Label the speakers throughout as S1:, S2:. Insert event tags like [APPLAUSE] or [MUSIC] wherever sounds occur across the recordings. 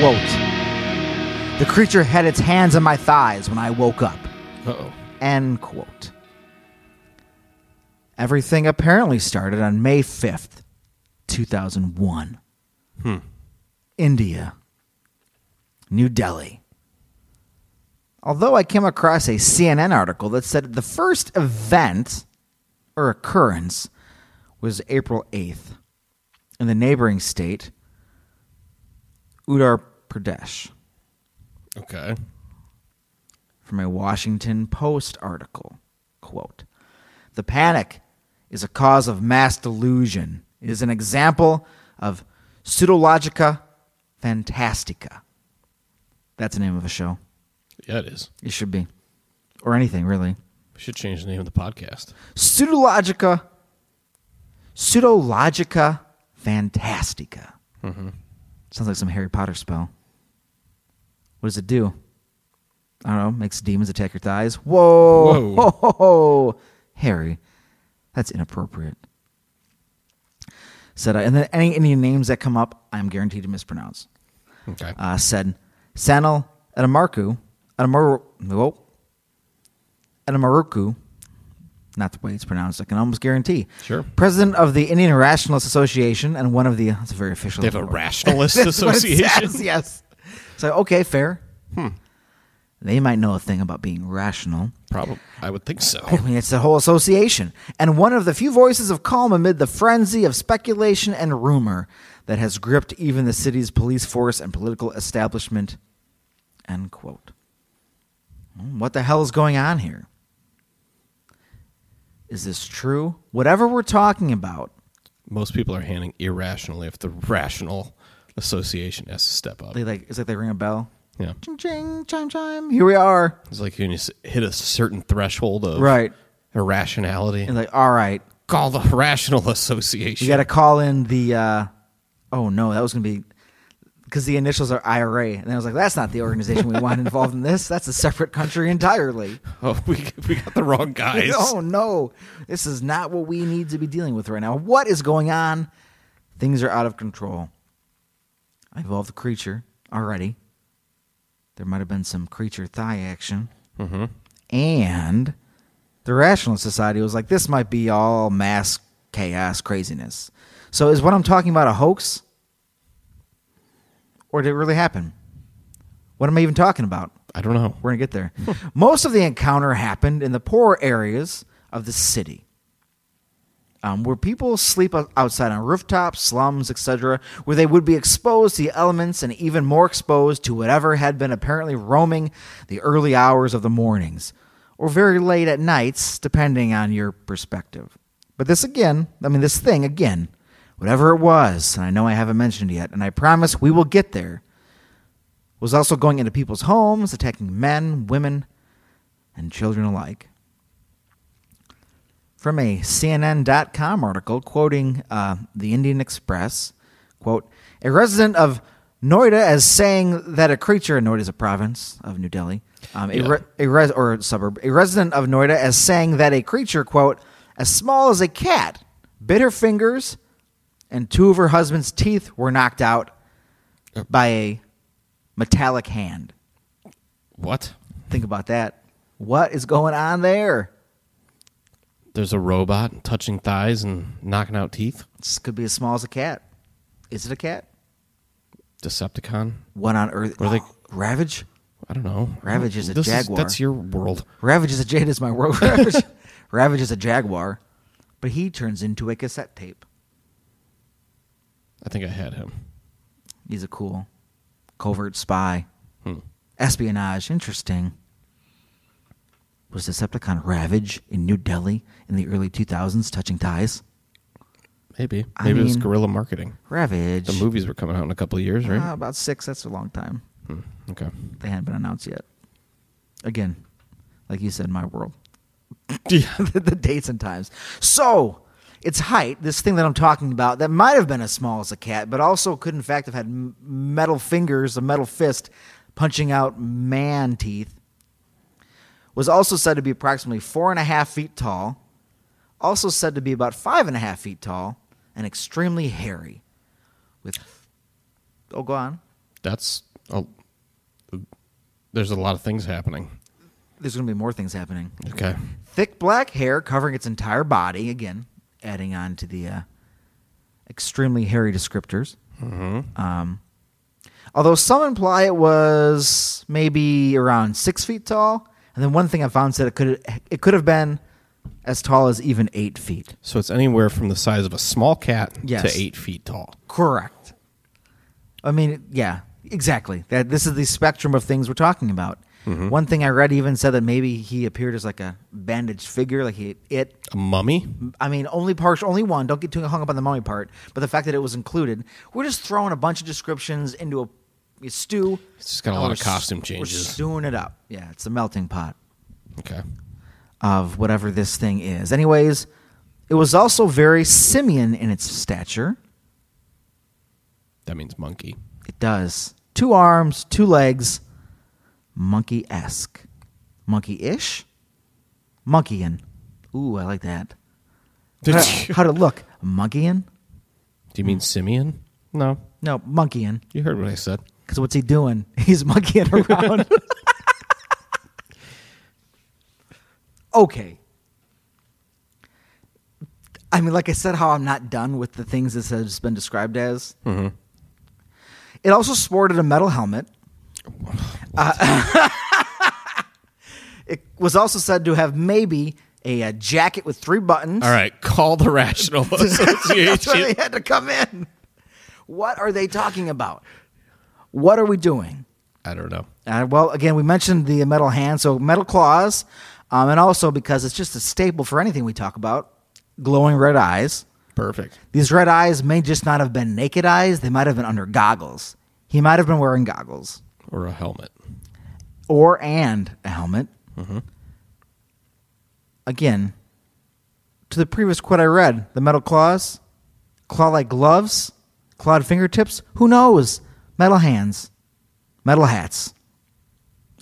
S1: Quote The creature had its hands on my thighs when I woke up.
S2: Uh-oh.
S1: End quote. Everything apparently started on May 5th, 2001. India, New Delhi. Although I came across a CNN article that said the first event or occurrence was April 8th in the neighboring state, Uttar Pradesh
S2: Okay.
S1: from a Washington Post article. Quote The panic is a cause of mass delusion. It is an example of pseudologica fantastica. That's the name of a show.
S2: Yeah, it is.
S1: It should be. Or anything, really.
S2: We should change the name of the podcast.
S1: Pseudologica. Pseudologica fantastica. Sounds like some Harry Potter spell. What does it do? I don't know. Makes demons attack your thighs. Whoa. Ho,
S2: Whoa.
S1: ho, ho. [LAUGHS] Harry. That's inappropriate. Said I. And then any Indian names that come up, I'm guaranteed to mispronounce
S2: Okay.
S1: uh, said Sanal Adamarku, Adamaru, whoa, Adamaruku, not the way it's pronounced, I can almost guarantee.
S2: Sure.
S1: President of the Indian Rationalist Association and one of the, that's a very official.
S2: they have a
S1: [LAUGHS]
S2: rationalist
S1: That's what it
S2: association. Hmm.
S1: says, [LAUGHS] yes. So, okay, fair. They might know a thing about being rational.
S2: Probably. I would think so.
S1: I mean, it's the whole association. And one of the few voices of calm amid the frenzy of speculation and rumor that has gripped even the city's police force and political establishment. End quote. Hmm, What the hell is going on here? Is this true? Whatever we're talking about,
S2: Most people are handing irrationally if the rational association has to step up.
S1: they like it's like they ring a bell.
S2: Yeah.
S1: Ching ching chime chime. Here we are.
S2: It's like when you s- hit a certain threshold of
S1: Right.
S2: irrationality.
S1: And like, all right,
S2: Call the rational
S1: You
S2: association.
S1: got to call in the. Uh, oh no, that was going to be because the initials are IRA, and I was like, that's not the organization we want involved in this. That's a separate country entirely.
S2: [LAUGHS] oh, we, we got
S1: [LAUGHS]
S2: the wrong guys.
S1: Oh no, this is not what we need to be dealing with right now. What is going on? Things are out of control. I evolved the creature already. There might have been some creature thigh action. Mm-hmm. And the Rational Society was like, this might be all mass chaos craziness. So is what I'm talking about a hoax? Or did it really happen? What am I even talking about?
S2: I don't know.
S1: We're going to get there. Most of the encounter happened in the poor areas of the city, um, where people sleep o- outside on rooftops, slums, etc., where they would be exposed to the elements and even more exposed to whatever had been apparently roaming the early hours of the mornings or very late at nights, depending on your perspective. But this again, I mean, this thing again, whatever it was, and I know I haven't mentioned it yet, and I promise we will get there was also going into people's homes, attacking men, women, and children alike. From a CNN.com article quoting uh, the Indian Express, quote, a resident of Noida as saying that a creature, Noida is a province of New Delhi, um, a,
S2: Yeah.
S1: re- a res- or a suburb, a resident of Noida as saying that a creature, quote, as small as a cat, bit her fingers, and two of her husband's teeth were knocked out by a metallic hand.
S2: What?
S1: Think about that. What is going on there?
S2: There's a robot touching thighs and knocking out teeth?
S1: This could be as small as a cat. Is it a cat?
S2: Decepticon?
S1: What on earth? Oh,
S2: What are they-
S1: Ravage?
S2: I don't know.
S1: Ravage is a
S2: This
S1: jaguar.
S2: that's your world.
S1: Ravage is a jade is my world.
S2: [LAUGHS]
S1: Ravage, Ravage is a jaguar, but he turns into a cassette tape.
S2: I think I had him.
S1: He's a cool covert spy.
S2: Hmm.
S1: Espionage, interesting. Was Decepticon Ravage in New Delhi in the early 2000s touching ties?
S2: Maybe.
S1: I
S2: Maybe it was
S1: mean-
S2: guerrilla marketing.
S1: Ravage.
S2: The movies were coming out in a couple of years, right?
S1: Ah, about six, that's a long time.
S2: Hmm, okay.
S1: They hadn't been announced yet. Again, like you said, my world. [LAUGHS] the, the dates and times. So, its height, this thing that I'm talking about, that might have been as small as a cat, but also could, in fact, have had m- metal fingers, a metal fist, punching out man teeth, was also said to be approximately four and a half feet tall, also said to be about five and a half feet tall, and extremely hairy. With. Oh, go on.
S2: That's a, there's a lot of things happening.
S1: There's going to be more things happening.
S2: Okay.
S1: thick black hair covering its entire body again adding on to the uh, extremely hairy descriptors um, although some imply it was maybe around six feet tall and then one thing i found said it could it could have been as tall as even eight feet
S2: So it's anywhere from the size of a small cat
S1: Yes.
S2: to eight feet tall.
S1: correct i mean yeah exactly that this is the spectrum of things we're talking about one thing i read even said that maybe he appeared as like a bandaged figure like he it
S2: A mummy?
S1: I mean, only partial, only one. Don't get too hung up on the mummy part, but the fact that it was included, we're just throwing a bunch of descriptions into a, a stew.
S2: It's just got a
S1: and
S2: lot
S1: we're
S2: of costume
S1: s-
S2: changes.
S1: We're stewing it up. Yeah, it's a melting pot
S2: Okay.
S1: of whatever this thing is. Anyways, it was also very simian in its stature.
S2: That means monkey. [LAUGHS]
S1: It does two arms, two legs, monkey esque, monkey ish, monkeyin. Ooh, I like that.
S2: Did
S1: How-
S2: you-
S1: How'd it look? Monkeyin?
S2: Do you mean simian? No.
S1: No, monkeyin.
S2: You heard what I said.
S1: Because what's he doing? [LAUGHS] He's monkeying
S2: [LAUGHS]
S1: around. okay. I mean, like I said, how I'm not done with the things this has been described as.
S2: Mhm.
S1: It also sported a metal helmet. Uh, [LAUGHS] It was also said to have maybe a, uh jacket with three buttons.
S2: All right. Call the
S1: [LAUGHS]
S2: Rational
S1: That's why
S2: Association.
S1: they had to come in. What are they talking about? What are we doing?
S2: I don't know.
S1: Uh, well, again, we mentioned the metal hand, so metal claws, um, and also because it's just a staple for anything we talk about, glowing red eyes.
S2: Perfect.
S1: These red eyes may just not have been naked eyes; they might have been under goggles. He might have been wearing goggles
S2: Or a helmet.
S1: or and a helmet. Again, to the previous quote I read, the metal claws, claw-like gloves, clawed fingertips. Who knows? Metal hands, metal hats.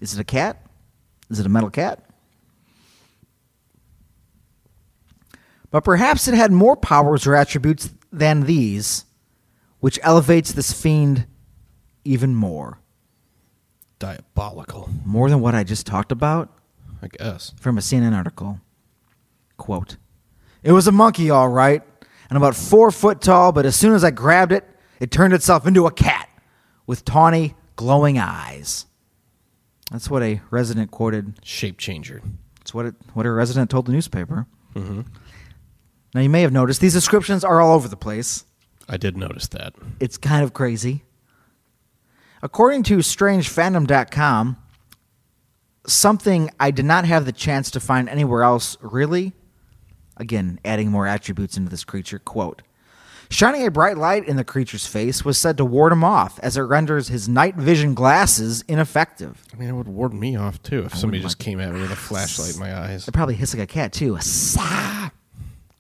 S1: Is it a cat? Is it a metal cat? But perhaps it had more powers or attributes than these, which elevates this fiend even more.
S2: Diabolical,
S1: More than what I just talked about?
S2: I guess.
S1: from a CNN article. Quote, It was a monkey, all right, and about four foot tall, but as soon as I grabbed it, it turned itself into a cat with tawny, glowing eyes. That's what a resident quoted.
S2: Shape changer.
S1: It's what, it, what a resident told the newspaper. Now, you may have noticed these descriptions are all over the place.
S2: I did notice that.
S1: It's kind of crazy. According to StrangeFandom.com, something I did not have the chance to find anywhere else, really. Again, adding more attributes into this creature. Quote Shining a bright light in the creature's face was said to ward him off, as it renders his night vision glasses ineffective.
S2: I mean, it would ward me off too if somebody just came at me with a flashlight in my eyes.
S1: Oh It probably hiss like a cat, too. Sah!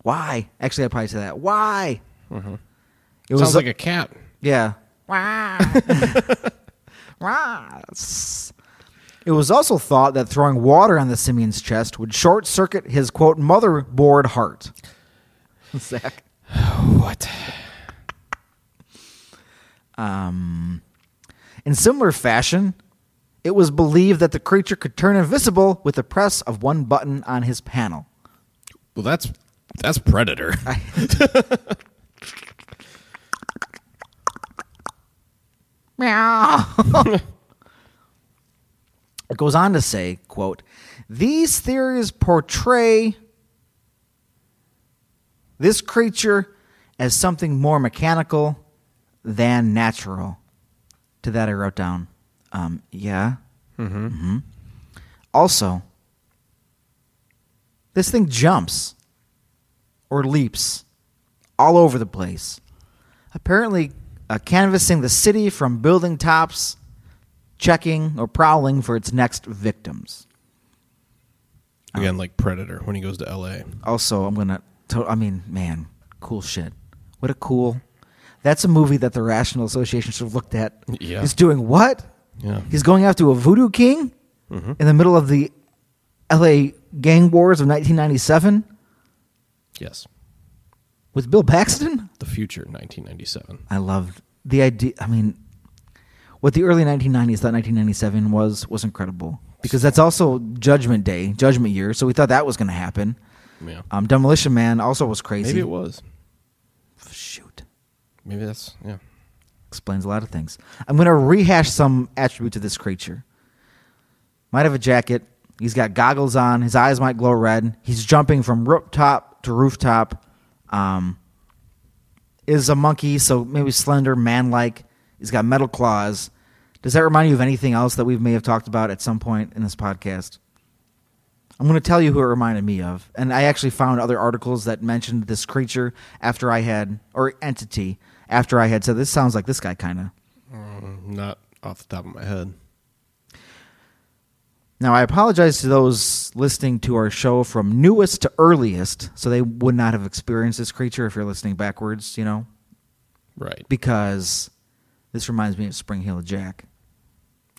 S1: Why? Actually, I'd probably say that. Why? It
S2: Mm-hmm. Sounds like a cat.
S1: Yeah. Wah. [LAUGHS] Wah. S- It was also thought that throwing water on the simian's chest would short circuit his quote motherboard heart. Zach.
S2: What?
S1: Um, in similar fashion, it was believed that the creature could turn invisible with the press of one button on his panel.
S2: Well, that's
S1: [LAUGHS]
S2: that's predator.
S1: Meow. [LAUGHS] it goes on to say, quote, these theories portray this creature as something more mechanical than natural. To that, I wrote down, um, yeah.
S2: Mm-hmm.
S1: Also, this thing jumps or leaps all over the place. Apparently, uh, canvassing the city from building tops, checking or prowling for its next victims.
S2: [LAUGHS] Again, like Predator when he goes to L.A.
S1: also i'm gonna to- i mean man cool shit what a cool that's a movie that the rational association should have looked at
S2: Yeah.
S1: he's doing what
S2: Yeah. Mm-hmm.
S1: he's going after a voodoo king in the middle of the la gang wars of 1997
S2: Yes.
S1: with bill paxton
S2: The future, 1997.
S1: i loved the idea i mean what the early 1990s thought 1997 was was incredible because that's also judgment day judgment year so we thought that was going to happen
S2: Yeah.
S1: um, demolition man also was crazy
S2: Maybe it was.
S1: shoot
S2: Maybe that's yeah.
S1: explains a lot of things. I'm going to rehash some attributes of this creature. Might have a jacket. He's got goggles on. His eyes might glow red. He's jumping from rooftop to rooftop. Um, is a monkey, so maybe slender, man like. He's got metal claws. Does that remind you of anything else that we may have talked about at some point in this podcast? I'm going to tell you who it reminded me of. And I actually found other articles that mentioned this creature after I had, or entity, after I had said, this sounds like this guy, kind of.
S2: Mm, Not off the top of my head.
S1: Now, I apologize to those listening to our show from newest to earliest, so they would not have experienced this creature if you're listening backwards, you know,
S2: Right.
S1: because this reminds me of Spring Hill Jack.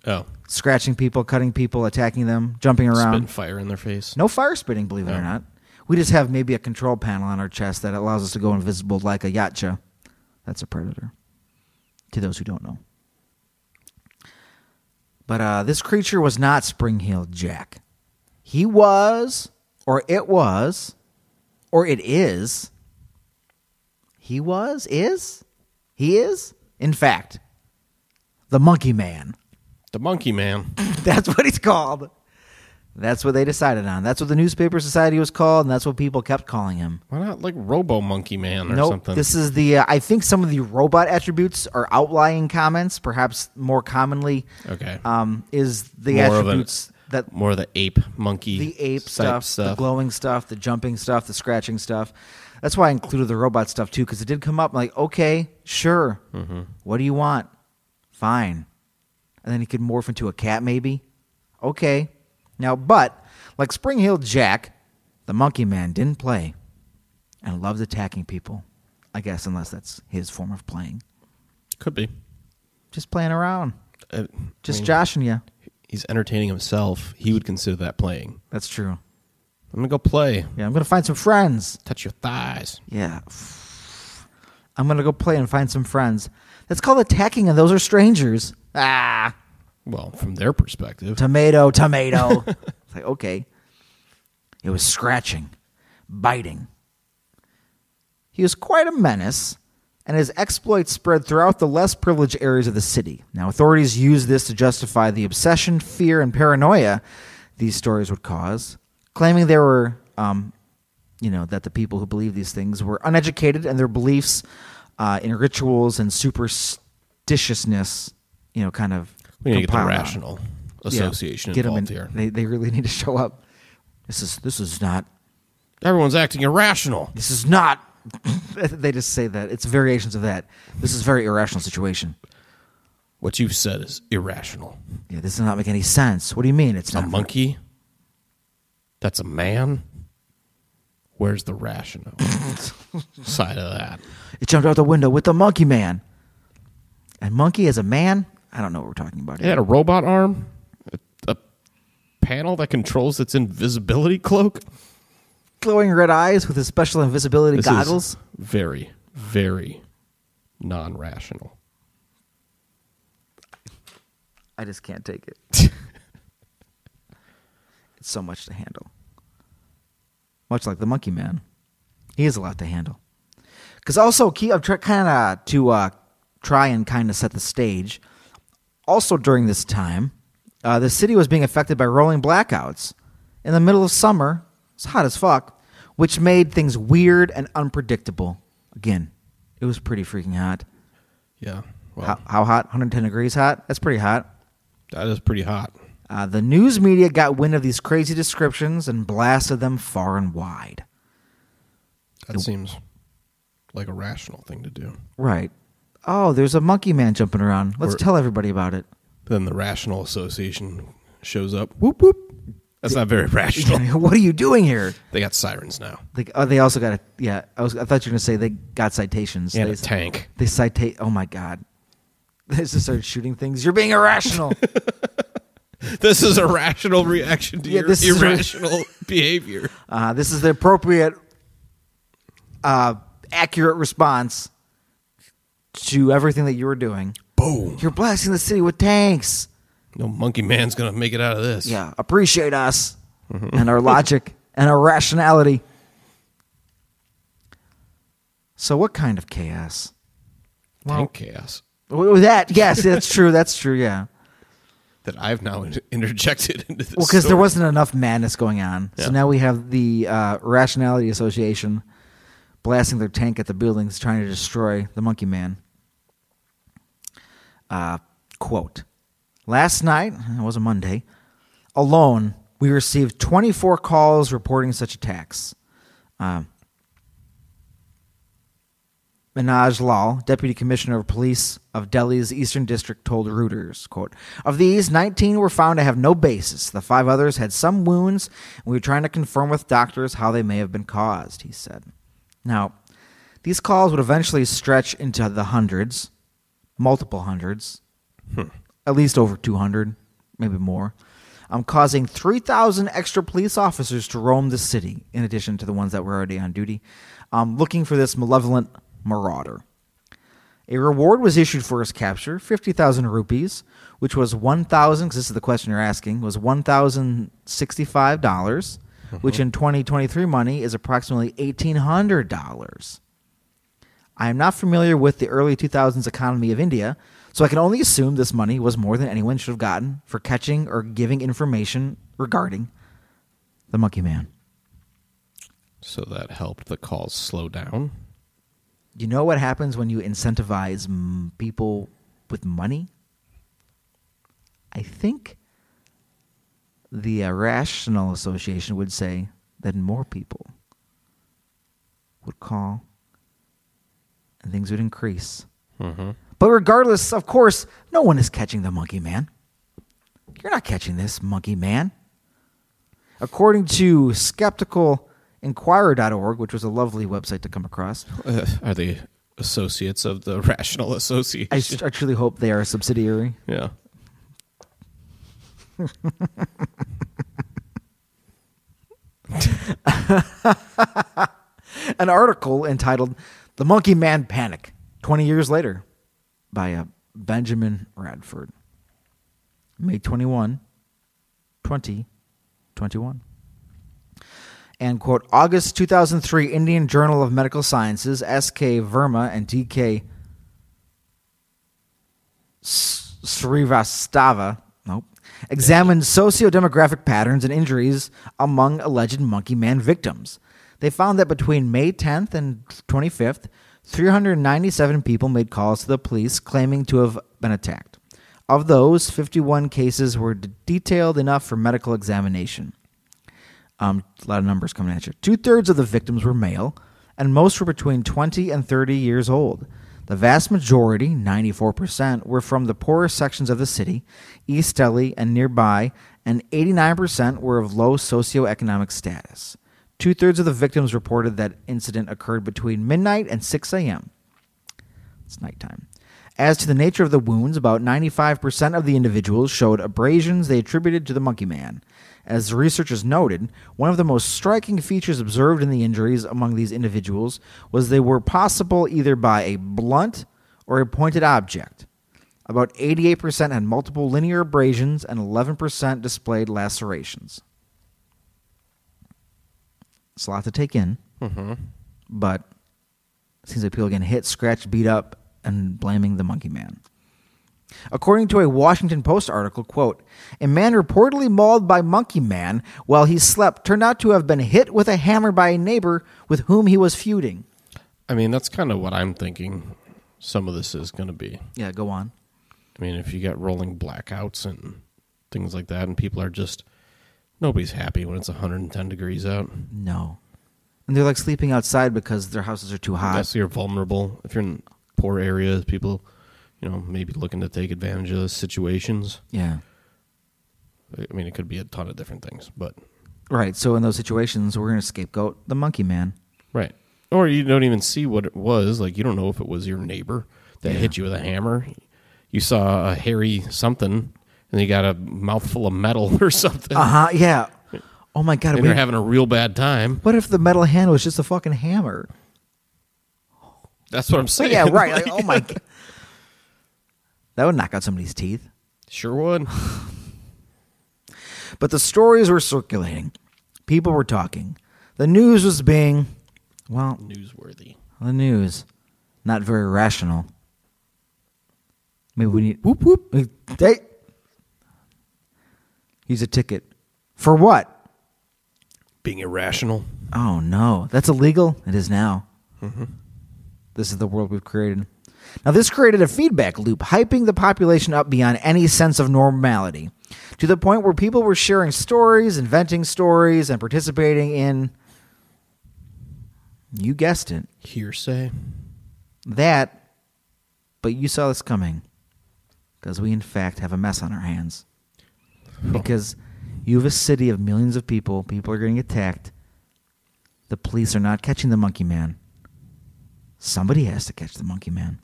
S2: oh.
S1: Scratching people, cutting people, attacking them, jumping around.
S2: Spitting fire in their face.
S1: No fire spitting, believe it or
S2: No.
S1: not. We just have maybe a control panel on our chest that allows us to go invisible like a yacha. That's a predator. To those who don't know. But uh, this creature was not Spring Heel Jack. He was, or it was, or it is. He was, is, he is, in fact, the Monkey Man.
S2: The monkey man.
S1: [LAUGHS] That's what he's called. That's what they decided on. That's what the newspaper society was called, and that's what people kept calling him.
S2: Why not like Robo Monkey Man or
S1: nope.
S2: something?
S1: This is the. Uh, I think some of the robot attributes are outlying comments. Perhaps more commonly,
S2: okay.
S1: um, is the
S2: More of an-
S1: attributes that
S2: More of the ape monkey.
S1: the ape
S2: type
S1: stuff, the glowing stuff, the jumping stuff, the scratching stuff. That's why I included the robot stuff too, because it did come up. I'm like, okay, sure.
S2: Mm-hmm.
S1: What do you want? Fine. And then he could morph into a cat, maybe. Okay. Now, but like Spring Hill Jack, the Monkey Man didn't play, and loves attacking people. I guess unless that's his form of playing,
S2: Could be.
S1: just playing around,
S2: Uh,
S1: just
S2: I mean,
S1: joshing you.
S2: He's entertaining himself. He would consider that playing.
S1: That's true.
S2: I'm gonna go play.
S1: Yeah, I'm gonna find some friends.
S2: Touch your thighs.
S1: Yeah. I'm going to go play and find some friends. That's called attacking, and those are strangers. Ah,
S2: Well, from their perspective,
S1: tomato,
S2: [LAUGHS]
S1: tomato. it's like, okay. It was scratching, biting. He was quite a menace, and his exploits spread throughout the less privileged areas of the city. Now, authorities used this to justify the obsession, fear, and paranoia these stories would cause, claiming they were, um, you know, that the people who believed these things were uneducated and their beliefs uh, in rituals and superstitiousness, you know, kind of.
S2: we need to get the
S1: compiled on.
S2: rational
S1: Yeah,
S2: association
S1: get 'em
S2: involved
S1: in-
S2: here.
S1: They, they really need to show up. This is this is not
S2: Everyone's acting irrational.
S1: this is not. [LAUGHS] they just say that it's variations of that. This is a very irrational situation.
S2: What you've said is irrational.
S1: Yeah, this does not make any sense. What do you mean? It's
S2: A
S1: not
S2: monkey? That's a man? Where's
S1: [LAUGHS]
S2: the rational side of that?
S1: It jumped out the window with the monkey man. And monkey as a man? I don't know what we're talking about.
S2: It had
S1: here.
S2: a robot arm? A, a panel that controls its invisibility cloak?
S1: Glowing red eyes with his special invisibility
S2: This is
S1: goggles.
S2: very, very non rational.
S1: I just can't take it. it's so much to handle. Much like the monkey man, he is a lot to handle. Because also, key, I'm try, kind of to uh, try and kind of set the stage. Also, during this time, uh, the city was being affected by rolling blackouts. In the middle of summer, it's hot as fuck, which made things weird and unpredictable. Again, it was pretty freaking hot.
S2: Yeah. Well,
S1: How, how hot? 110 degrees hot? That's pretty hot.
S2: that is pretty hot.
S1: Uh, the news media got wind of these crazy descriptions and blasted them far and wide.
S2: That seems like a rational thing to do.
S1: Right. Oh, there's a monkey man jumping around. Let's
S2: Or-
S1: tell everybody about [LAUGHS] it.
S2: Then the rational association shows up. Whoop whoop. That's not very rational.
S1: [LAUGHS] what are you doing here?
S2: [LAUGHS] They got sirens now
S1: They, oh, they also got a yeah. I was I thought you were gonna say they got citations.
S2: and
S1: they,
S2: a tank.
S1: they citate. Oh my god. [LAUGHS] They just started shooting things. You're being [LAUGHS] irrational.
S2: [LAUGHS] This is a rational reaction to
S1: Yeah,
S2: your
S1: this is ra-
S2: irrational [LAUGHS] behavior.
S1: uh, this is the appropriate, uh, accurate response to everything that you were doing.
S2: Boom.
S1: You're blasting the city with tanks.
S2: No monkey man's gonna make it out of this.
S1: Yeah, appreciate us and our logic [LAUGHS] and our rationality. So, what kind of chaos?
S2: Tank chaos
S1: Well, with that, yes, that's true. That's true. Yeah.
S2: that I've now [LAUGHS] in- interjected into this.
S1: Well, because there
S2: story.
S1: wasn't enough madness going on,
S2: Yeah.
S1: so now we have the uh, Rationality Association blasting their tank at the buildings, trying to destroy the Monkey Man. Uh, quote: Last night, it was a Monday, alone we received 24 calls reporting such attacks. Minaj Lal, deputy commissioner of police of Delhi's Eastern District, told Reuters, quote, Of these, 19 were found to have no basis. The five others had some wounds, and we were trying to confirm with doctors how they may have been caused, he said. Now, these calls would eventually stretch into the hundreds, multiple hundreds, at least over 200, maybe more, um, causing 3,000 extra police officers to roam the city, in addition to the ones that were already on duty, um, looking for this malevolent marauder. A reward was issued for his capture, 50,000 rupees, which was 1,000, because this is the question you're asking, was $1,065, dollars which in 2023 money is approximately $1,800. I am not familiar with the early 2000s economy of India, so I can only assume this money was more than anyone should have gotten for catching or giving information regarding the monkey man.
S2: So that helped the calls slow down.
S1: You know what happens when you incentivize mm, people with money? I think the uh, Rational Association would say that more people would call and things would increase.
S2: Mm-hmm.
S1: But regardless, of course, no one is catching the monkey man. You're not catching this monkey man. According to skepticalinquirer.org, which was a lovely website to come across,
S2: Uh, [LAUGHS] are they associates of the [LAUGHS] rational association?
S1: I, s- I truly hope they are a subsidiary.
S2: yeah.
S1: An article entitled The Monkey Man Panic 20 Years Later by uh, Benjamin Radford. May 21, 2021. and quote August 2003 Indian Journal of Medical Sciences SK Verma and DK S- Srivastava nope examined socio-demographic patterns and injuries among alleged monkey man victims. They found that between May 10th and 25th, 397 people made calls to the police claiming to have been attacked. Of those, 51 cases were d- detailed enough for medical examination. Um, a lot of numbers coming at you. Two thirds of the victims were male, and most were between 20 and 30 years old. The vast majority, 94%, were from the poorer sections of the city, East Delhi and nearby, and 89% were of low socioeconomic status. Two thirds of the victims reported that incident occurred between midnight and 6 a.m. It's nighttime. As to the nature of the wounds, about 95% of the individuals showed abrasions they attributed to the monkey man. As the researchers noted, one of the most striking features observed in the injuries among these individuals was they were possible either by a blunt or a pointed object. About 88% had multiple linear abrasions and 11% displayed lacerations. It's a lot to take in,
S2: Mm-hmm.
S1: but seems like people are getting hit, scratched, beat up, and blaming the monkey man. According to a Washington Post article, quote, a man reportedly mauled by monkey man while he slept turned out to have been hit with a hammer by a neighbor with whom he was feuding.
S2: I mean, that's kind of what I'm thinking some of this is going to be.
S1: Yeah, go on.
S2: I mean, if you got rolling blackouts and things like that, and people are just nobody's happy when it's 110 degrees out.
S1: No. And they're like sleeping outside because their houses are too hot.
S2: Unless you're vulnerable, if you're in poor areas, people, you know, maybe looking to take advantage of those situations.
S1: Yeah.
S2: I mean, it could be a ton of different things, but
S1: Right. So in those situations, we're going to scapegoat the monkey man.
S2: right. Or you don't even see what it was. Like you don't know if it was your neighbor that hit you with a hammer. You saw a hairy something, and you got a mouthful of metal [LAUGHS] or something,
S1: Uh huh. Yeah. Oh my God.
S2: and you're
S1: We,
S2: having a real bad time.
S1: what if the metal hand was just a fucking hammer?
S2: That's what I'm saying. [LAUGHS]
S1: yeah, right. Like, oh my. g- [LAUGHS] That would knock out somebody's teeth.
S2: Sure would.
S1: But the stories were circulating. People were talking. The news was being, well,
S2: Newsworthy.
S1: the news, not very rational. Maybe we need whoop whoop. Hey. He's a ticket. For what?
S2: Being irrational.
S1: Oh no, that's illegal. It is now. This is the world we've created. Now, this created a feedback loop, hyping the population up beyond any sense of normality, to the point where people were sharing stories, inventing stories, and participating in. You guessed it.
S2: Hearsay.
S1: That, but you saw this coming. Because we, in fact, have a mess on our hands. Because you have a city of millions of people, people are getting attacked. The police are not catching the monkey man. Somebody has to catch the monkey man.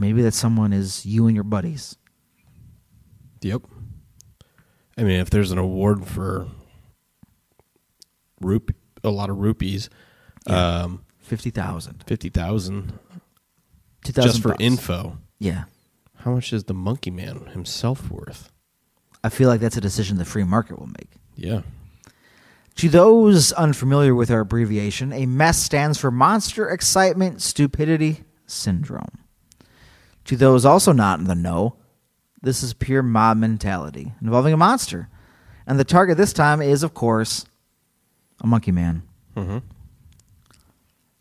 S1: Maybe that someone is you and your buddies.
S2: Yep. I mean, if there's an award for rup- a lot of rupees, um,
S1: 50,000.
S2: fifty thousand
S1: 2,000
S2: just for
S1: bucks.
S2: info.
S1: Yeah.
S2: How much is the Monkey Man himself worth?
S1: I feel like that's a decision the free market will make.
S2: Yeah,
S1: To those unfamiliar with our abbreviation, a MESS stands for Monster Excitement Stupidity Syndrome. To those also not in the know, this is pure mob mentality involving a monster. And the target this time is, of course, a monkey man.
S2: Mm-hmm.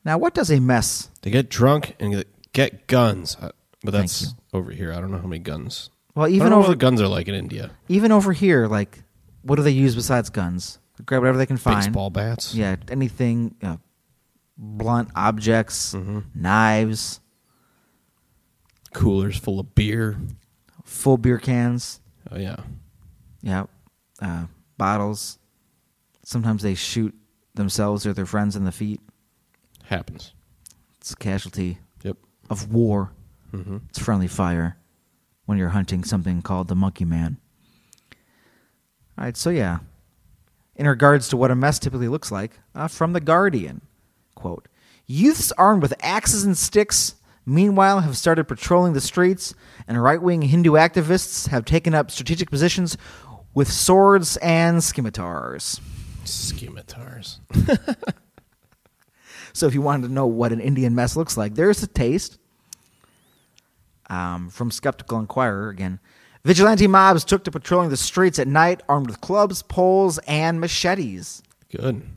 S1: Now, what does a E MESS?
S2: they get drunk and get, get guns, Uh, but that's
S1: you.
S2: over here. I don't know how many guns.
S1: Well,
S2: I
S1: even
S2: don't know
S1: over,
S2: what the guns are like in India.
S1: even over here, like, what do they use besides guns? Grab whatever they can find.
S2: Baseball bats.
S1: Yeah, anything, uh, blunt objects,
S2: Mm-hmm.
S1: knives.
S2: Coolers full of beer.
S1: full beer cans,
S2: Oh yeah.
S1: yeah, uh, bottles. Sometimes they shoot themselves or their friends in the feet.
S2: Happens.
S1: It's a casualty
S2: Yep.
S1: of war. It's friendly fire when you're hunting something called the monkey man. All right, so yeah. In regards to what a mess typically looks like, uh, from The Guardian, quote, Youths armed with axes and sticks, meanwhile, have started patrolling the streets, and right wing Hindu activists have taken up strategic positions with swords and scimitars.
S2: Scimitars.
S1: So if you wanted to know what an Indian mess looks like, there's a taste. Um, from Skeptical Inquirer again. Vigilante mobs took to patrolling the streets at night, armed with clubs, poles, and machetes.
S2: Good.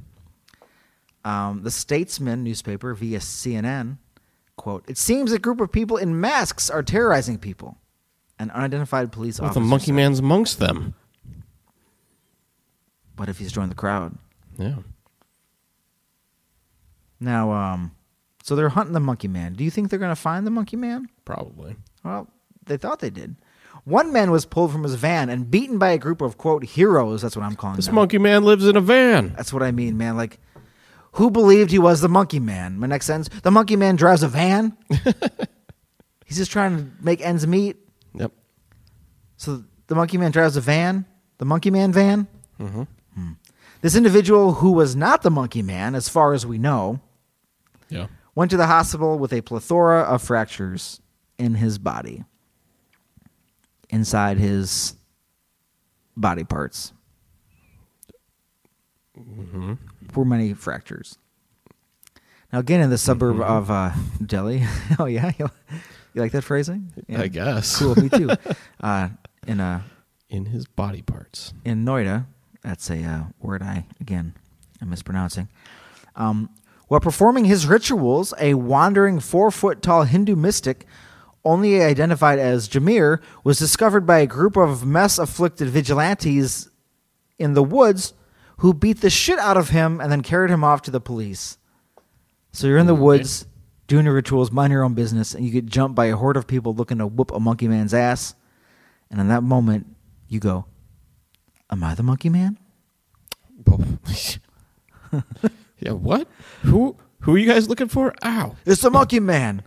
S1: Um, the Statesman newspaper via CNN quote: "It seems a group of people in masks are terrorizing people." An unidentified police
S2: What if
S1: officer.
S2: the monkey
S1: said.
S2: man's amongst them?
S1: What if he's joined the crowd?
S2: Yeah.
S1: Now, um, so they're hunting the monkey man. Do you think they're going to find the monkey man?
S2: Probably.
S1: Well, they thought they did. One man was pulled from his van and beaten by a group of quote heroes. That's what I'm calling
S2: This
S1: them.
S2: monkey man lives in a van.
S1: That's what I mean, man. Like, who believed he was the monkey man? My next sentence: the monkey man drives a
S2: [LAUGHS]
S1: van. He's just trying to make ends meet.
S2: Yep.
S1: So the monkey man drives a van. The monkey man van. Mm-hmm. This individual, who was not the monkey man, as far as we know,
S2: Yeah.
S1: went to the hospital with a plethora of fractures in his body, inside his body parts.
S2: Mm-hmm.
S1: Were many fractures. Now, again, in the suburb
S2: Mm-hmm.
S1: of uh, Delhi. [LAUGHS] oh yeah, you, you like that phrasing? Yeah.
S2: I guess.
S1: Cool, me
S2: [LAUGHS]
S1: too. Uh, in a
S2: In his body parts.
S1: in Noida, that's a uh, word I again am mispronouncing, um, While performing his rituals, a wandering four foot tall Hindu mystic, only identified as Jameer, was discovered by a group of mess afflicted vigilantes in the woods who beat the shit out of him and then carried him off to the police. So you're in the woods doing your rituals, mind your own business, and you get jumped by a horde of people looking to whoop a monkey man's ass. And in that moment, you go, Am I the monkey man?
S2: [LAUGHS] yeah, what? Who who are you guys looking for? Ow.
S1: It's the monkey man.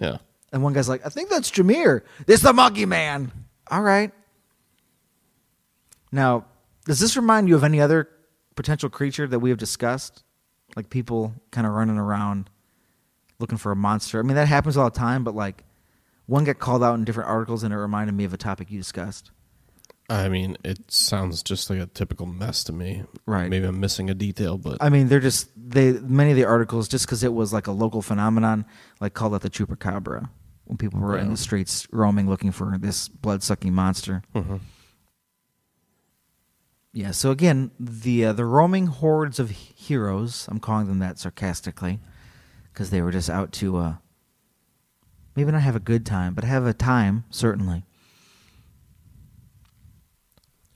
S2: Yeah.
S1: And one guy's like, I think that's Jameer. It's the monkey man. All right. Now, does this remind you of any other potential creature that we have discussed? Like people kind of running around looking for a monster. I mean, that happens all the time, but like one got called out in different articles and it reminded me of a topic you discussed.
S2: I mean, it sounds just like a typical mess to me.
S1: Right.
S2: Maybe I'm missing a detail, but
S1: I mean, they're just, they, many of the articles, just because it was like a local phenomenon, like called out the chupacabra when people were in
S2: Yeah.
S1: the streets roaming looking for this blood sucking monster.
S2: Mhm.
S1: Yeah. So again, the uh, the roaming hordes of heroes. I'm calling them that sarcastically, because they were just out to uh, maybe not have a good time, but have a time certainly.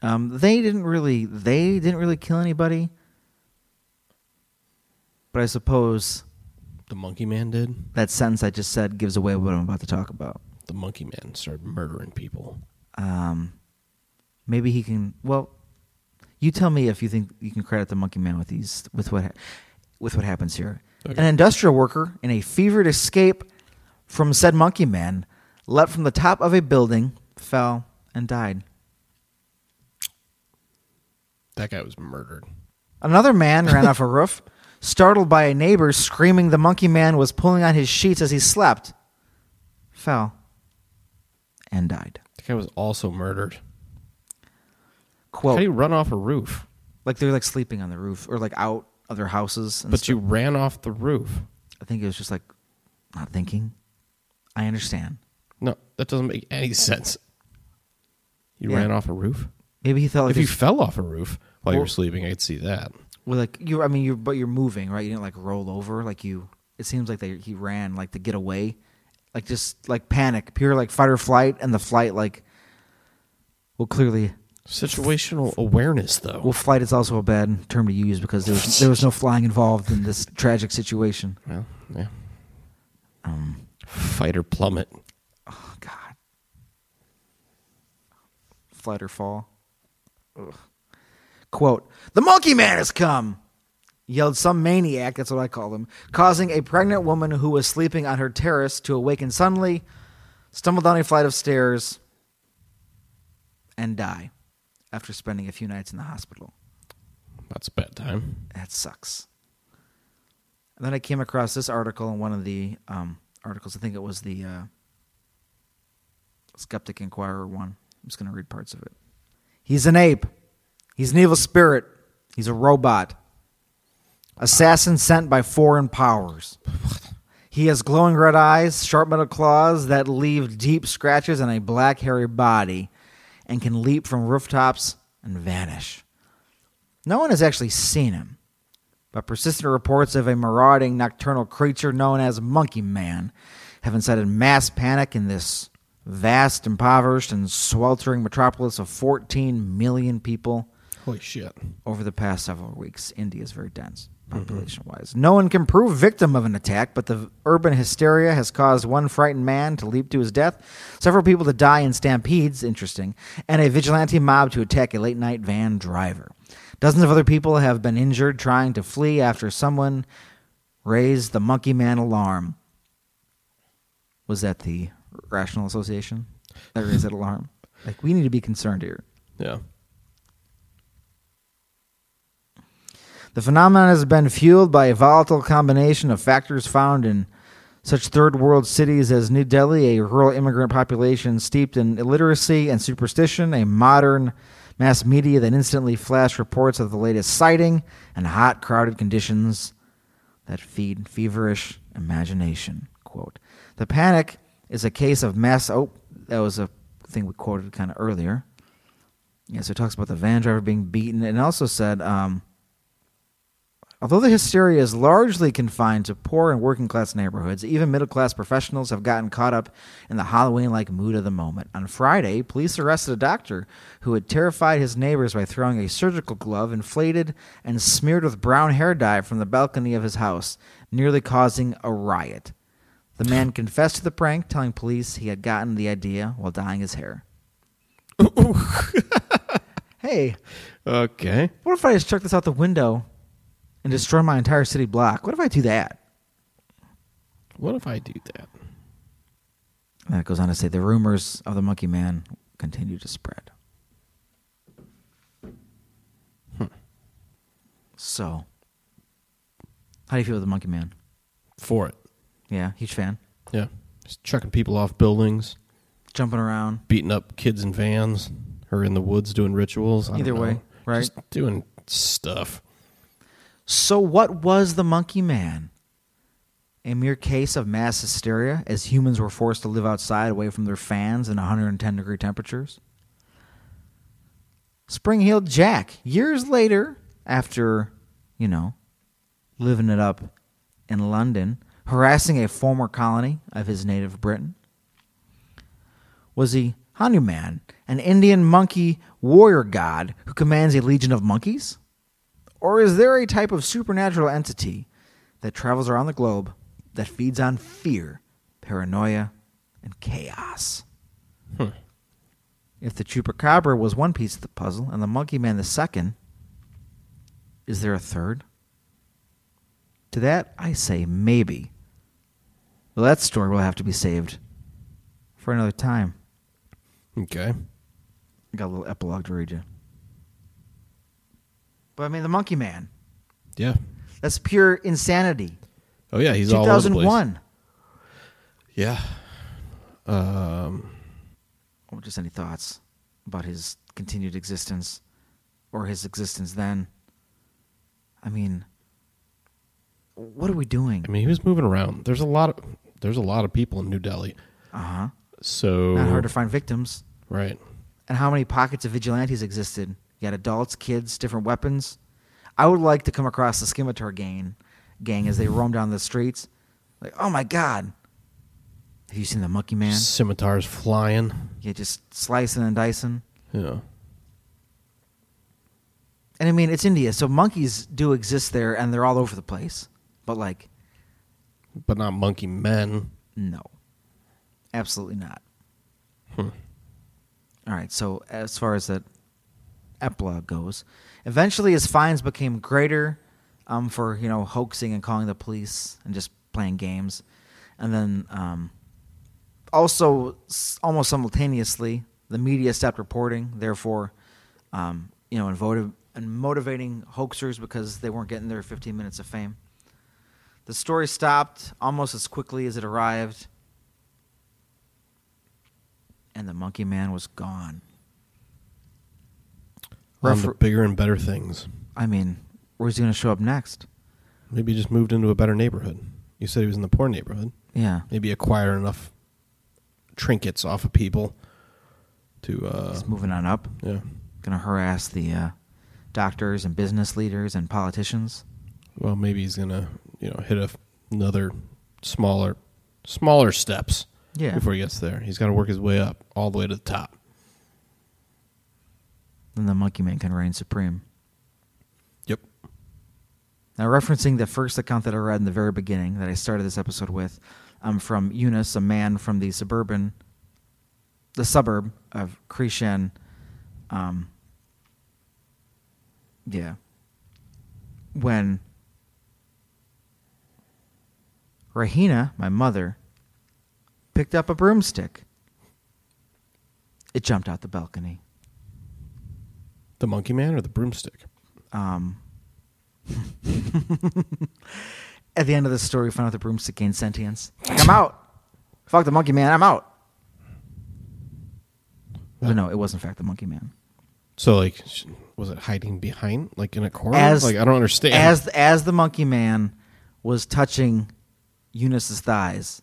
S1: Um, they didn't really they didn't really kill anybody, but I suppose
S2: the monkey man did.
S1: that sentence I just said gives away what I'm about to talk about.
S2: The monkey man started murdering people.
S1: Um, maybe he can. Well, you tell me if you think you can credit the Monkey Man with these with what ha- with what happens here.
S2: Okay.
S1: An industrial worker in a fevered escape from said Monkey Man leapt from the top of a building, fell, and died.
S2: That guy was murdered.
S1: Another man ran
S2: [LAUGHS]
S1: off a roof, startled by a neighbor screaming the monkey man was pulling on his sheets as he slept, fell, and died.
S2: That guy was also murdered. How do
S1: Quote,
S2: you run off a roof?
S1: like they're like sleeping on the roof or like out of their houses. And
S2: But
S1: stuff.
S2: you ran off the roof.
S1: I think it was just like not thinking. I understand.
S2: No, that doesn't make any sense. You
S1: Yeah.
S2: ran off a roof?
S1: Maybe he felt like
S2: if you
S1: his-
S2: fell off a roof while you were
S1: Well-
S2: sleeping, I could see that.
S1: well, like you. I mean, you but you're moving, right? You didn't like roll over, like you. It seems like they, he ran like to get away, like just like panic, pure like fight or flight, and the flight like. Well, clearly,
S2: Situational awareness, though.
S1: well, flight is also a bad term to use because there was there was no flying involved in this tragic situation.
S2: Well, yeah. Fight or plummet.
S1: Oh God. Flight or fall. Ugh. Quote, the monkey man has come, yelled some maniac, that's what I call him, causing a pregnant woman who was sleeping on her terrace to awaken suddenly, stumble down a flight of stairs, and die after spending a few nights in the hospital.
S2: That's a bad time.
S1: That sucks. And then I came across this article in one of the um, articles. I think it was the uh, Skeptic Inquirer one. I'm just going to read parts of it. He's an ape. He's an evil spirit. He's a robot. Assassin sent by foreign powers. He has glowing red eyes, sharp metal claws that leave deep scratches, and a black hairy body, and can leap from rooftops and vanish. No one has actually seen him, but persistent reports of a marauding nocturnal creature known as Monkey Man have incited mass panic in this vast, impoverished, and sweltering metropolis of 14 million people
S2: Holy shit.
S1: over the past several weeks. India is very dense population wise. No one can prove victim of an attack, but the urban hysteria has caused one frightened man to leap to his death, several people to die in stampedes, interesting, and a vigilante mob to attack a late night van driver. Dozens of other people have been injured trying to flee after someone raised the monkey man alarm. Was that the Rational Association that raised that alarm? Like, we need to be concerned here.
S2: Yeah.
S1: The phenomenon has been fueled by a volatile combination of factors found in such third world cities as New Delhi, a rural immigrant population steeped in illiteracy and superstition, a modern mass media that instantly flash reports of the latest sighting, and hot, crowded conditions that feed feverish imagination. Quote. The panic is a case of mass. Oh, that was a thing we quoted kind of earlier. Yeah, so it talks about the van driver being beaten and it also said, um, Although the hysteria is largely confined to poor and working class neighborhoods, even middle class professionals have gotten caught up in the Halloween like mood of the moment. On Friday, police arrested a doctor who had terrified his neighbors by throwing a surgical glove inflated and smeared with brown hair dye from the balcony of his house, nearly causing a riot. The man confessed to the prank, telling police he had gotten the idea while dyeing his hair. hey,
S2: Okay.
S1: what if I just chuck this out the window and destroy my entire city block? What if I do that?
S2: What if I do that?
S1: And it goes on to say the rumors of the monkey man continue to spread. Hmm. So, how do you feel with the monkey man?
S2: For it.
S1: Yeah, huge fan.
S2: Yeah. Just chucking people off buildings,
S1: Jumping around.
S2: beating up kids in vans, or in the woods doing rituals. I don't
S1: Either
S2: know.
S1: way, right?
S2: Just doing stuff.
S1: So, what was the monkey man? A mere case of mass hysteria as humans were forced to live outside away from their fans in 110 degree temperatures? Spring Heeled Jack, years later, after, you know, living it up in London, harassing a former colony of his native Britain, was the Hanuman, an Indian monkey warrior god who commands a legion of monkeys? Or is there a type of supernatural entity that travels around the globe that feeds on fear, paranoia, and chaos? If the chupacabra was one piece of the puzzle and the monkey man the second, is there a third? To that, I say maybe. Well, that story will have to be saved for another time.
S2: Okay.
S1: I got a little epilogue to read you. But I mean, the monkey man.
S2: Yeah.
S1: That's pure insanity.
S2: Oh yeah, he's all over the place.
S1: 2001.
S2: Yeah. Um.
S1: Or Oh, just any thoughts about his continued existence or his existence then? I mean, what are we doing?
S2: I mean, he was moving around. There's a lot of there's a lot of people in New Delhi.
S1: Uh huh.
S2: So
S1: Not hard to find victims.
S2: right.
S1: And how many pockets of vigilantes existed? You had adults, kids, different weapons. I would like to come across the scimitar gang, gang as they roam down the streets. Like, oh my god, have you seen the monkey man?
S2: Scimitars flying.
S1: Yeah, just slicing and dicing.
S2: Yeah.
S1: And I mean, it's India, so monkeys do exist there, and they're all over the place. But like,
S2: But not monkey men.
S1: no, absolutely not. All right. So as far as that epilogue goes, eventually his fines became greater um, for you know hoaxing and calling the police and just playing games, and then um, also s- almost simultaneously the media stopped reporting. Therefore, um, you know, and voted and motivating hoaxers because they weren't getting their 15 minutes of fame. The story stopped almost as quickly as it arrived, and the monkey man was gone.
S2: On to
S1: Refer-
S2: bigger and better things.
S1: I mean, where's he going to show up next?
S2: Maybe he just moved into a better neighborhood. You said he was in the poor neighborhood.
S1: Yeah.
S2: Maybe acquire enough trinkets off of people to uh
S1: He's moving on up.
S2: yeah.
S1: Going to harass the uh, doctors and business leaders and politicians.
S2: Well, maybe he's going to, you know, hit a, another smaller smaller steps
S1: Yeah.
S2: before he gets there. He's got to work his way up all the way to the top.
S1: Then the monkey man can reign supreme.
S2: Yep.
S1: Now, referencing the first account that I read in the very beginning that I started this episode with, um, from Eunice, a man from the suburban, the suburb of Krishan. Um, yeah. When Rahina, my mother, picked up a broomstick, it jumped out the balcony.
S2: The monkey man or the broomstick?
S1: Um, [LAUGHS] at the end of the story, we found out the broomstick gained sentience. Like, I'm out. Fuck the monkey man. I'm out. But no, it was in fact the monkey man.
S2: So like, sh- was it hiding behind, like in a corner?
S1: As
S2: like I don't understand.
S1: As as the monkey man was touching Eunice's thighs,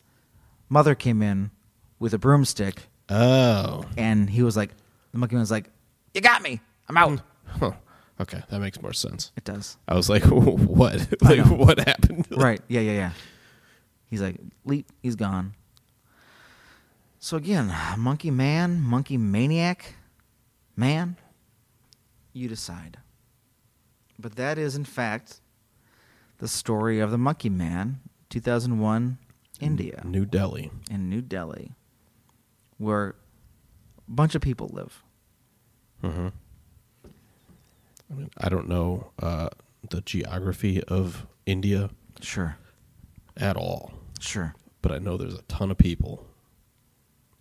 S1: mother came in with a broomstick,
S2: oh,
S1: and he was like, the monkey man was like, "You got me. I'm out."
S2: huh. Okay, that makes more sense.
S1: It does.
S2: I was like, [LAUGHS] what? like, what happened? [LAUGHS]
S1: Right. Yeah, yeah, yeah. He's like, leap, he's gone. So again, monkey man, monkey maniac, man, you decide. But that is, in fact, the story of the monkey man, 2001, India,
S2: New Delhi.
S1: in New Delhi, where a bunch of people live.
S2: hmm I mean, I don't know uh, the geography of India
S1: Sure,
S2: at all,
S1: sure.
S2: but I know there's a ton of people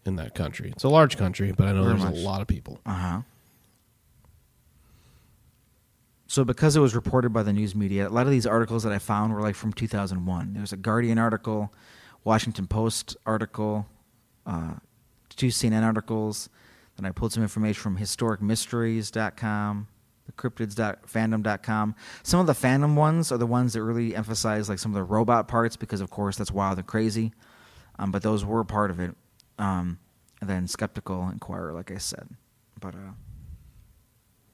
S2: in that country. It's a large country, but I know
S1: Very
S2: there's
S1: much.
S2: a lot of people.
S1: Uh huh. So, because it was reported by the news media, a lot of these articles that I found were like from 2001. There was a Guardian article, Washington Post article, uh, two CNN articles. Then I pulled some information from historicmysteries.com, thecryptids.fandom.com. Some of the fandom ones are the ones that really emphasize like some of the robot parts because, of course, that's wild and crazy. Um, but those were part of it. Um, and then Skeptical Inquirer, like I said. But uh,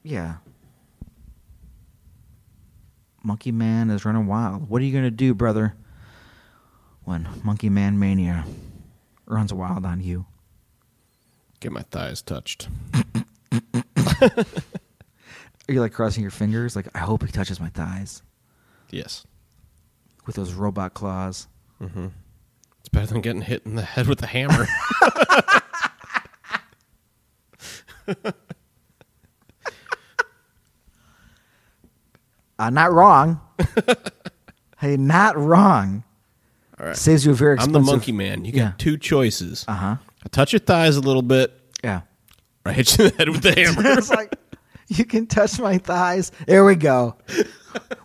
S1: yeah. Monkey Man is running wild. What are you going to do, brother, when Monkey Man Mania runs wild on you?
S2: Get my thighs touched.
S1: Are you like crossing your fingers? Like, I hope he touches my thighs
S2: Yes.
S1: with those robot claws.
S2: hmm It's better than getting hit in the head with
S1: [LAUGHS]
S2: a hammer.
S1: Uh, not wrong. [LAUGHS] hey, not wrong.
S2: All right.
S1: Saves you a very
S2: I'm
S1: expensive.
S2: the monkey man. You
S1: Yeah.
S2: got two choices.
S1: Uh huh.
S2: I touch your thighs a little bit,
S1: Yeah.
S2: or I hit you in the head with the
S1: [LAUGHS]
S2: hammer.
S1: it's like you can touch my thighs. There we go.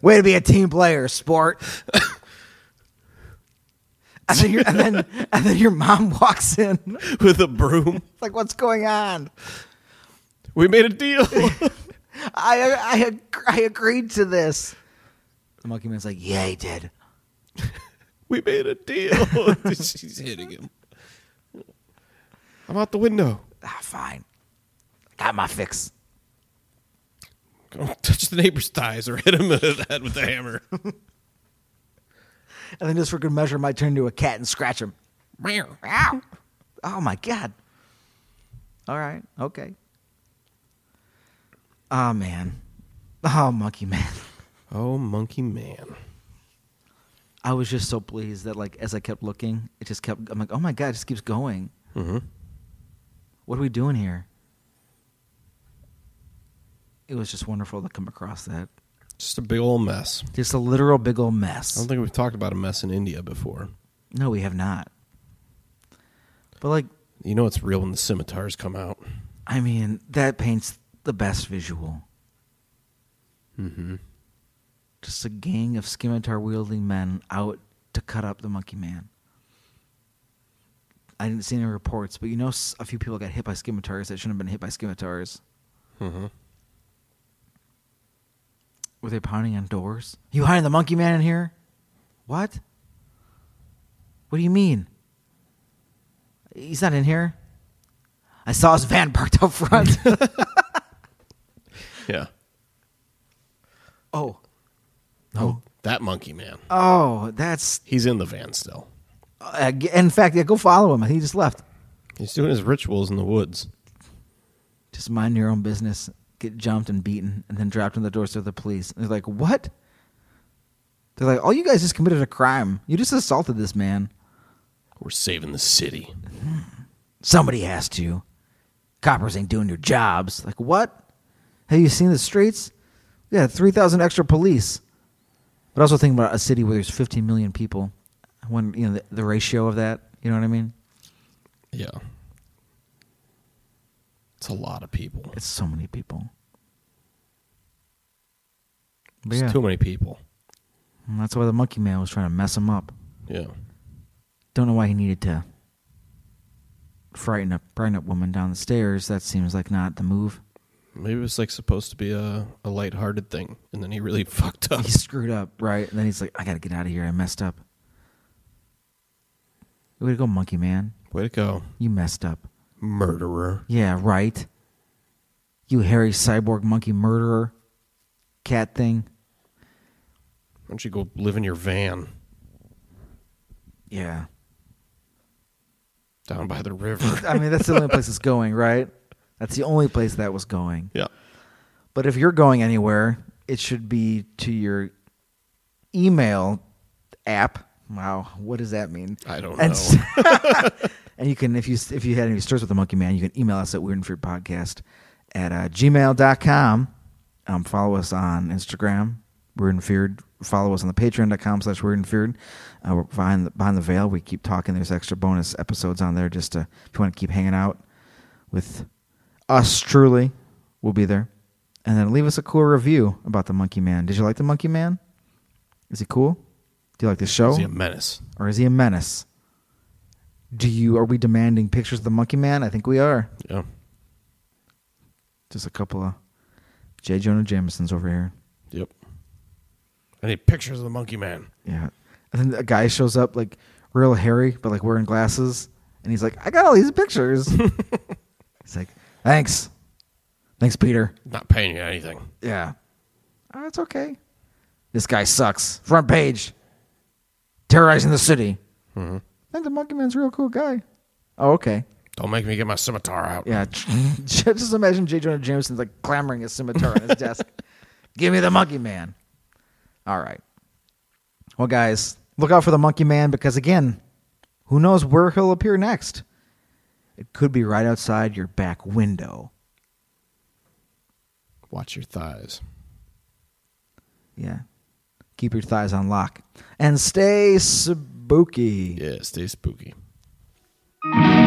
S1: Way to be a team player, sport. And then, your- and then and then your mom walks in. It's
S2: with a broom.
S1: like, what's going on?
S2: We made a deal. [LAUGHS]
S1: I I ag- I agreed to this. The monkey man's like, yeah, he did.
S2: we made a deal. [LAUGHS] She's hitting him. I'm out the window.
S1: Ah, fine. Got my fix.
S2: Don't touch the neighbor's thighs or hit him in the head [LAUGHS] with the hammer.
S1: And then just for good measure, might turn into a cat and scratch him.
S2: Meow.
S1: Ow. Oh my god. All right. Okay. Oh man. Oh monkey man. [LAUGHS]
S2: oh, monkey man.
S1: I was just so pleased that like as I kept looking, it just kept I'm like, "Oh my god, it just keeps going.
S2: hmm
S1: What are we doing here?" It was just wonderful to come across that.
S2: Just a big old mess.
S1: Just a literal big old
S2: I don't
S1: mess.
S2: think we've talked about a mess in India before.
S1: No, we have not. But like
S2: You know it's real when the scimitars come out.
S1: I mean, that paints the best visual.
S2: Mm-hmm.
S1: just a gang of scimitar wielding men out to cut up the monkey man. I didn't see any reports, but you know, s- a few people got hit by scimitars that shouldn't have been hit by scimitars.
S2: Mm-hmm.
S1: Were they pounding on doors? You hiding the monkey man in here? What? What do you mean? He's not in here. I saw his van parked out front. [LAUGHS]
S2: Yeah.
S1: oh,
S2: Oh, that monkey man.
S1: oh, that's.
S2: He's in the van still.
S1: Uh, g- in fact, yeah, go follow him. He just left.
S2: He's doing his rituals in the woods.
S1: just mind your own business, get jumped and beaten, and then dropped on the doorstep of the police. And they're like, what? They're like, oh, you guys just committed a crime. You just assaulted this man.
S2: We're saving the city.
S1: Somebody has to. Coppers ain't doing their jobs. Like, what? Have you seen the streets? We got 3,000 extra police. But also think about a city where there's 15 million people. When, you know, the, the ratio of that, you know what I mean?
S2: Yeah. It's a lot of people.
S1: It's so many people. But
S2: It's
S1: yeah,
S2: too many people.
S1: and that's why the monkey man was trying to mess him up.
S2: Yeah.
S1: Don't know why he needed to frighten a pregnant woman down the stairs. That seems like not the move.
S2: Maybe it was like supposed to be a, a lighthearted thing, and then he really [LAUGHS] fucked up.
S1: He screwed up, right? And then he's like, I gotta get out of here. I messed up. Way to go, monkey man.
S2: Way to go,
S1: You messed up.
S2: murderer.
S1: Yeah, right. You hairy cyborg monkey murderer. cat thing.
S2: Why don't you go live in your van
S1: Yeah.
S2: down by
S1: [LAUGHS]
S2: the river?
S1: I mean, that's the only place it's going, right? That's the only place that was going.
S2: yeah.
S1: But if you're going anywhere, it should be to your email app. Wow, what does that mean?
S2: I don't
S1: and,
S2: know. [LAUGHS]
S1: s- [LAUGHS] and you can, if you if you had any stories with the Monkey Man, you can email us at Weird and Feared Podcast at uh, gmail.com. Um, follow us on Instagram, Weird and Feared. Follow us on the patreon.com slash Weird and Feared. Uh, we're behind the, behind the veil. We keep talking. There's extra bonus episodes on there just to, if you want to keep hanging out with us truly, we'll be there. And then leave us a cool review about the Monkey Man. Did you like the Monkey Man? Is he cool? Do you like the show?
S2: Is he a menace?
S1: or is he a menace? Do you are we demanding pictures of the monkey man? I think we are.
S2: Yeah.
S1: Just a couple of J. Jonah Jamesons over here.
S2: Yep. I need pictures of the monkey man.
S1: Yeah. And then a guy shows up like real hairy, but like wearing glasses, and he's like, I got all these pictures. he's like, Thanks. Thanks, Peter.
S2: Not paying you anything.
S1: Yeah. Oh, it's okay. This guy sucks. Front page. Terrorizing the city.
S2: Mhm.
S1: I think the monkey man's a real cool guy. Oh, okay.
S2: Don't make me get my scimitar out.
S1: Yeah, [LAUGHS] just imagine J. Jonah Jameson's like clamoring his scimitar on his desk. Give me the Monkey Man. All right. Well, guys, look out for the Monkey Man because again, who knows where he'll appear next? It could be right outside your back window.
S2: Watch your thighs.
S1: Yeah. Keep your thighs on lock and stay spooky.
S2: Yeah, stay spooky.
S1: Weird